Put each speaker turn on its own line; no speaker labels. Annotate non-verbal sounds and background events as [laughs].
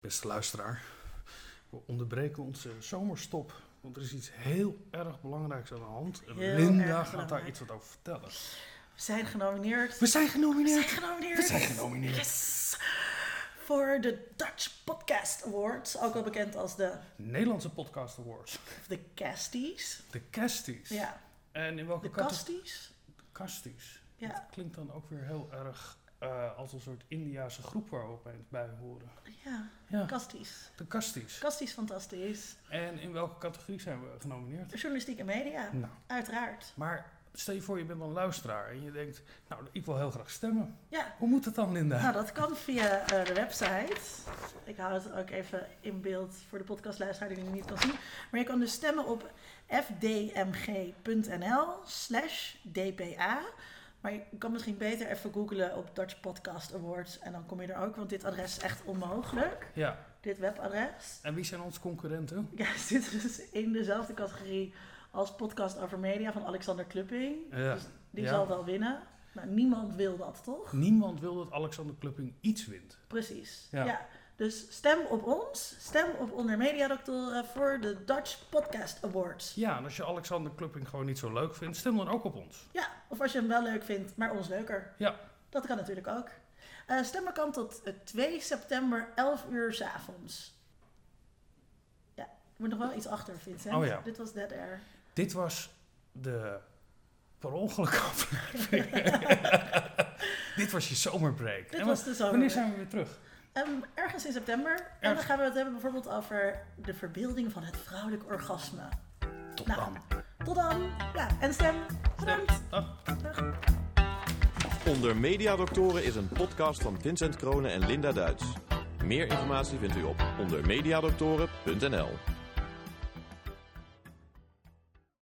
Beste luisteraar, we onderbreken onze zomerstop. Want er is iets heel erg belangrijks aan de hand. En
Heel erg
Linda gaat daar
belangrijk.
iets wat over vertellen.
We zijn genomineerd.
We zijn
We zijn
genomineerd!
genomineerd.
We zijn genomineerd.
Yes! Voor de Dutch Podcast Awards, ook wel bekend als de,
Nederlandse Podcast Awards.
of de Casties.
De Casties.
Ja,
En in welke
de
categorie?
Casties.
Casties.
Ja.
Dat klinkt dan ook weer heel erg eh, als een soort Indiaanse groep waar we opeens bij horen.
Ja,
Ja,
Casties.
de Casties.
Casties fantastisch.
En in welke categorie zijn we genomineerd?
Journalistiek en media,
Nou,
uiteraard.
maar stel je voor je bent een luisteraar en je denkt, nou ik wil heel graag stemmen.
Ja,
Hoe moet het dan Linda?
nou dat kan via eh, de website. Ik hou het ook even in beeld voor de podcastluisteraar die het niet kan zien. Maar je kan dus stemmen op fdmg.nl slash dpa. Maar je kan misschien beter even googlen op Dutch Podcast Awards en dan kom je er ook, want dit adres is echt onmogelijk.
Ja,
Dit webadres. [laughs]
en wie zijn onze concurrenten?
Ja, het zit dus in dezelfde categorie als podcast over media van Alexander Klupping.
Ja.
Dus die
Ja.
zal wel winnen. Maar niemand wil dat, toch?
Niemand wil dat Alexander Klupping iets wint.
Precies.
Ja.
Ja. Dus stem op ons. Stem op onder Mediadoctoren voor de Dutch Podcast Awards.
Ja, en als je Alexander Klupping gewoon niet zo leuk vindt, stem dan ook op ons.
Ja, of als je hem wel leuk vindt, maar ons leuker.
Ja.
Dat kan natuurlijk ook. Eh, stemmen kan tot eh, 2 september 11 uur 's avonds. Ja, er moet nog wel iets achter, Vincent.
Oh ja.
Dit was Dead Air.
Dit was de per ongeluk [laughs]
[laughs]
aflevering. Dit was je zomerbreak.
Dit
En
was
wa-
de zomer.
Wanneer zijn we weer terug?
Ehm, ergens in september. En dan
Ergens.
gaan we het hebben bijvoorbeeld over de verbeelding van het vrouwelijk orgasme.
Tot
Nou.
dan.
Tot dan. Ja, en stem. Bedankt.
Dag.
Dag.
Onder Mediadoktoren is een podcast van Vincent Kronen en Linda Duits. Meer informatie vindt u op ondermediadoktoren.nl.